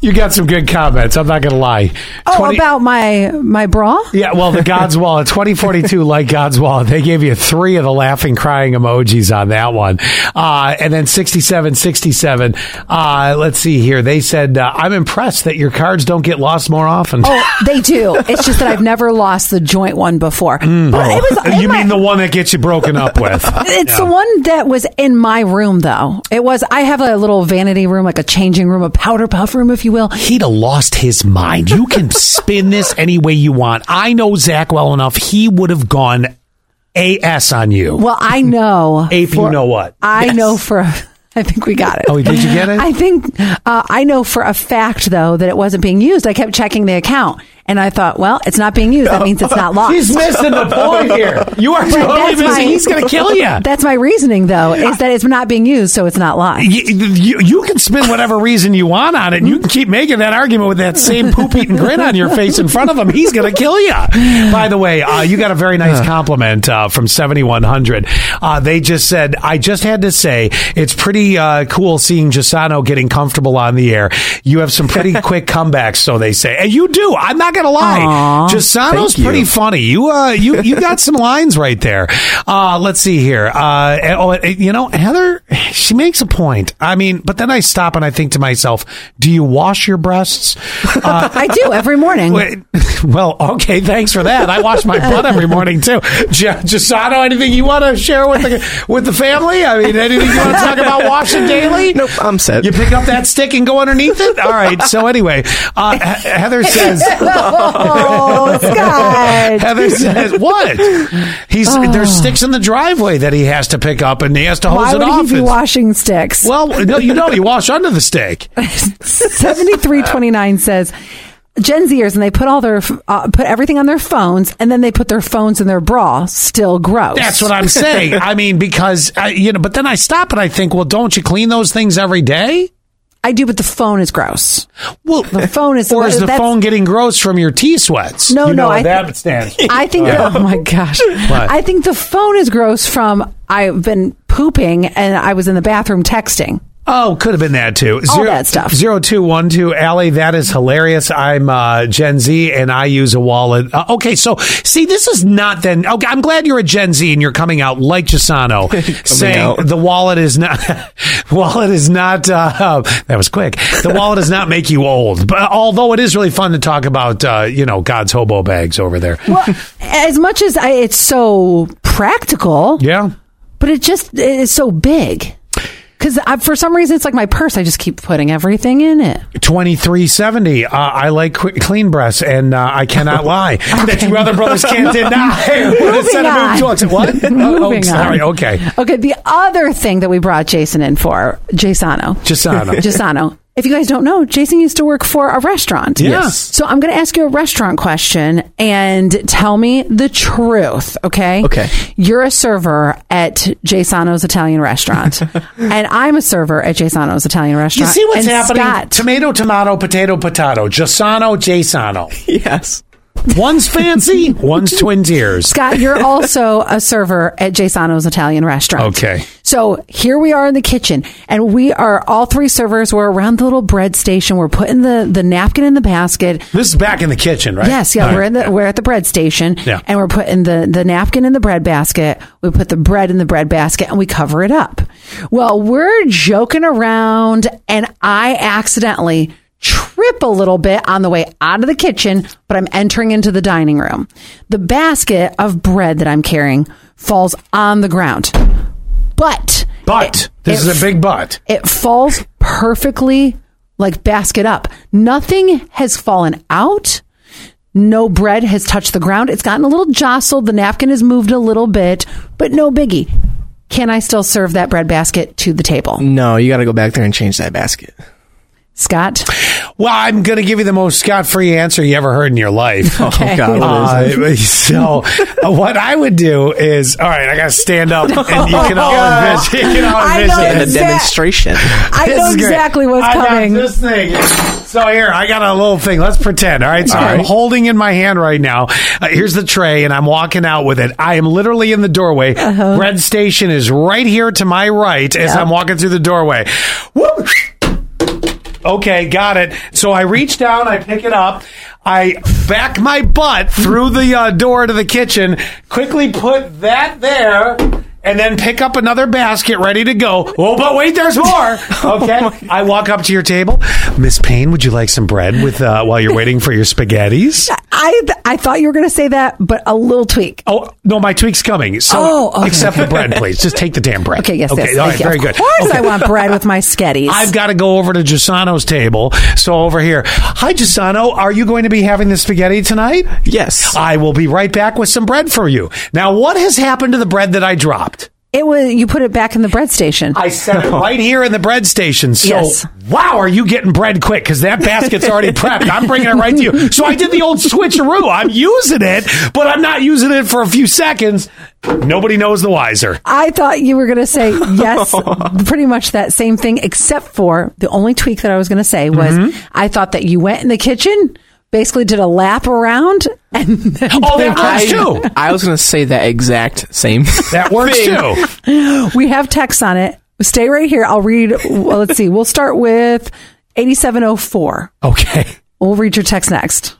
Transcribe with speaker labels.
Speaker 1: You got some good comments. I'm not going to lie.
Speaker 2: Oh,
Speaker 1: 20
Speaker 2: about my my bra?
Speaker 1: yeah, well, the God's Wallet 2042, like God's Wallet, they gave you three of the laughing, crying emojis on that one. Uh, and then 6767, uh, let's see here. They said, uh, I'm impressed that your cards don't get lost more often.
Speaker 2: Oh, they do. It's just that I've never lost the joint one before. But it was
Speaker 1: Hmm.
Speaker 2: in
Speaker 1: Oh. Uh, you
Speaker 2: my-
Speaker 1: mean the one that gets you broken up with?
Speaker 2: It's the one that was in my room, though. It was. I have a little vanity room, like a changing room, a powder puff room, if you will.
Speaker 1: He'd have lost his mind. You can spin this any way you want. I know Zach well enough. He would have gone AS on you.
Speaker 2: Well, I know.
Speaker 1: Ape, you
Speaker 2: for-
Speaker 1: know what?
Speaker 2: I
Speaker 1: Yes.
Speaker 2: know for. a- I think we got it.
Speaker 1: Oh, did you get it?
Speaker 2: I think uh, I know for a fact, though, that it wasn't being used. I kept checking the account, and I thought, well, it's not being used. That means it's not lost.
Speaker 1: He's missing the point here. You are
Speaker 2: But
Speaker 1: totally
Speaker 2: that's
Speaker 1: missing.
Speaker 2: my-
Speaker 1: He's going to kill you.
Speaker 2: That's my reasoning, though, is that it's not being used, so it's not lost.
Speaker 1: You, you, you can spin whatever reason you want on it, and you can keep making that argument with that same poop eating grin on your face in front of him. He's going to kill you. By the way, uh, you got a very nice compliment uh, from 7100. Uh, they just said, I just had to say, it's pretty uh, cool seeing Gisano getting comfortable on the air. You have some pretty quick comebacks, so they say. And you do. I'm not going to lie.
Speaker 2: Aw.
Speaker 1: Gisano's
Speaker 3: Thank you.
Speaker 1: pretty funny. You uh, you you got some lines right there. Uh, let's see here. Uh, and- oh, and, you know, Heather, she makes a point. I mean, but then I stop and I think to myself, do you wash your breasts? Uh,
Speaker 2: I do every morning.
Speaker 1: wait, well, okay, thanks for that. I wash my butt every morning too. J- Gisano, anything you want to share with the with the family? I mean, anything you want to talk about washing daily?
Speaker 3: Nope, I'm set.
Speaker 1: You pick up that stick and go underneath it. All right. So anyway, uh, He- Heather says.
Speaker 2: oh, Scott.
Speaker 1: Heather says, "What? He's there's sticks in the driveway that he has to pick up, and he has to hose
Speaker 2: Why
Speaker 1: it
Speaker 2: would
Speaker 1: off.
Speaker 2: he be
Speaker 1: It's-
Speaker 2: washing sticks?
Speaker 1: well, no, you know, you wash under the stick.
Speaker 2: 7329 says Gen Zers and they put all their uh, put everything on their phones and then they put their phones in their bra. Still gross.
Speaker 1: That's what I'm saying. I mean, because I, you know, but then I stop and I think, well, don't you clean those things every day?
Speaker 2: I do, but the phone is gross.
Speaker 1: Well,
Speaker 2: The phone is
Speaker 1: or is the
Speaker 2: that's-
Speaker 1: phone getting gross from your tea sweats?
Speaker 2: No,
Speaker 1: You
Speaker 2: no,
Speaker 1: know
Speaker 2: I
Speaker 1: what
Speaker 2: think-
Speaker 1: that stands.
Speaker 2: I think. the- oh my gosh. I think the phone is gross from I've been pooping and I was in the bathroom texting.
Speaker 1: Oh, could have been that too.
Speaker 2: All that stuff.
Speaker 1: Zero two one two. Allie, that is hilarious. I'm uh, Gen Z and I use a wallet. Uh, okay, so see, this is not then. Okay, I'm glad you're a Gen Z and you're coming out like Chisano, saying
Speaker 3: out.
Speaker 1: the wallet is not wallet is not. Uh, that was quick. The wallet does not make you old, but uh, although it is really fun to talk about, uh, you know, God's hobo bags over there.
Speaker 2: Well, as much as I, it's so practical,
Speaker 1: Yeah.
Speaker 2: but it just it is so big. Because for some reason, it's like my purse. I just keep putting everything in it.
Speaker 1: 2370. Uh, I like qu- clean breasts, and uh, I cannot lie. That you other brothers can't deny. What a set of
Speaker 2: Moving
Speaker 1: moved
Speaker 2: on.
Speaker 1: jokes. What? oh, oh,
Speaker 2: Moving
Speaker 1: sorry.
Speaker 2: on.
Speaker 1: Okay.
Speaker 2: Okay, the other thing that we brought Jason in for, Jasano.
Speaker 1: Gisano.
Speaker 2: Jasano. If you guys don't know, Jason used to work for a restaurant.
Speaker 1: Yeah. Yes.
Speaker 2: So I'm going to ask you a restaurant question and tell me the truth, okay?
Speaker 3: Okay.
Speaker 2: You're a server at Jasano's Italian restaurant, and I'm a server at Jasano's Italian
Speaker 1: You
Speaker 2: restaurant.
Speaker 1: see what's
Speaker 2: And
Speaker 1: happening?
Speaker 2: Scott-
Speaker 1: Tomato, tomato, potato, potato. Gisano, Jasano.
Speaker 3: yes.
Speaker 1: One's fancy, one's twin tears.
Speaker 2: Scott, you're also a server at Jasano's Italian restaurant.
Speaker 1: Okay.
Speaker 2: So here we are in the kitchen, and we are all three servers. We're around the little bread station. We're putting the, the napkin in the basket.
Speaker 1: This is back in the kitchen, right?
Speaker 2: Yes, yeah,
Speaker 1: All
Speaker 2: we're
Speaker 1: right.
Speaker 2: in the we're at the bread station,
Speaker 1: Yeah.
Speaker 2: and we're putting the the napkin in the bread basket. We put the bread in the bread basket, and we cover it up. Well, we're joking around, and I accidentally trip a little bit on the way out of the kitchen, but I'm entering into the dining room. The basket of bread that I'm carrying falls on the ground, but
Speaker 1: But, this
Speaker 2: it-
Speaker 1: is a big but.
Speaker 2: it falls perfectly like basket up. Nothing has fallen out. No bread has touched the ground. It's gotten a little jostled. The napkin has moved a little bit, but no biggie. Can I still serve that bread basket to the table?
Speaker 3: No, you got to go back there and change that basket. Oh,
Speaker 2: Scott?
Speaker 1: Well, I'm going to give you the most scot free answer you ever heard in your life.
Speaker 3: Oh God, what is it?
Speaker 1: Uh, so uh, what I would do is, all right, I got to stand up, and you can all envision. You can all
Speaker 2: Oh, I
Speaker 1: envision
Speaker 2: know
Speaker 1: it.
Speaker 3: And a
Speaker 2: Zach-
Speaker 3: demonstration.
Speaker 2: I
Speaker 1: This
Speaker 2: know
Speaker 1: is great.
Speaker 2: exactly what's
Speaker 1: I got
Speaker 2: coming.
Speaker 1: this thing. So here, I got a little thing. Let's pretend. All right. So
Speaker 2: Okay.
Speaker 1: I'm holding in my hand right now. Uh, here's the tray, and I'm walking out with it. I am literally in the doorway.
Speaker 2: Uh-huh.
Speaker 1: Bread station is right here to my right as I'm walking through the doorway. Whoop. Okay, got it. So I reach down, I pick it up, I back my butt through the uh, door to the kitchen, quickly put that there. And then pick up another basket ready to go. Oh, but wait, there's more.
Speaker 2: Oh
Speaker 1: Okay. I walk up to your table. Miss Payne, would you like some bread with uh, while you're waiting for your spaghettis?
Speaker 2: I I thought you were going to say that, but a little tweak.
Speaker 1: Oh no, my tweak's coming. So
Speaker 2: Oh, okay.
Speaker 1: accept the bread, please. Just take the damn bread.
Speaker 2: Okay, yes,
Speaker 1: all
Speaker 2: yes. thank
Speaker 1: right,
Speaker 2: you.
Speaker 1: very
Speaker 2: of
Speaker 1: good.
Speaker 2: course,
Speaker 1: Okay.
Speaker 2: I want bread with my sketties.
Speaker 1: I've got to go over to Gisano's table. So over here, hi Gisano, are you going to be having the spaghetti tonight?
Speaker 3: Yes.
Speaker 1: I will be right back with some bread for you. Now, what has happened to the bread that I dropped?
Speaker 2: it was you put it back in the bread station.
Speaker 1: I set it right here in the bread station. So,
Speaker 2: Yes.
Speaker 1: wow, are you getting bread quick? Because that basket's already prepped. I'm bringing it right to you. So I did the old switcheroo. I'm using it, but I'm not using it for a few seconds. Nobody knows the wiser.
Speaker 2: I thought you were going to say yes, pretty much that same thing, except for the only tweak that I was going to say was I thought that you went in the kitchen, basically did a lap around, and then
Speaker 1: Oh, that works too.
Speaker 3: I, I was going to say that exact same.
Speaker 1: That works
Speaker 3: thing.
Speaker 1: too.
Speaker 2: we have text on it. Stay right here. I'll read. Well, let's see. We'll start with 8704.
Speaker 1: Okay.
Speaker 2: We'll oh read your text next.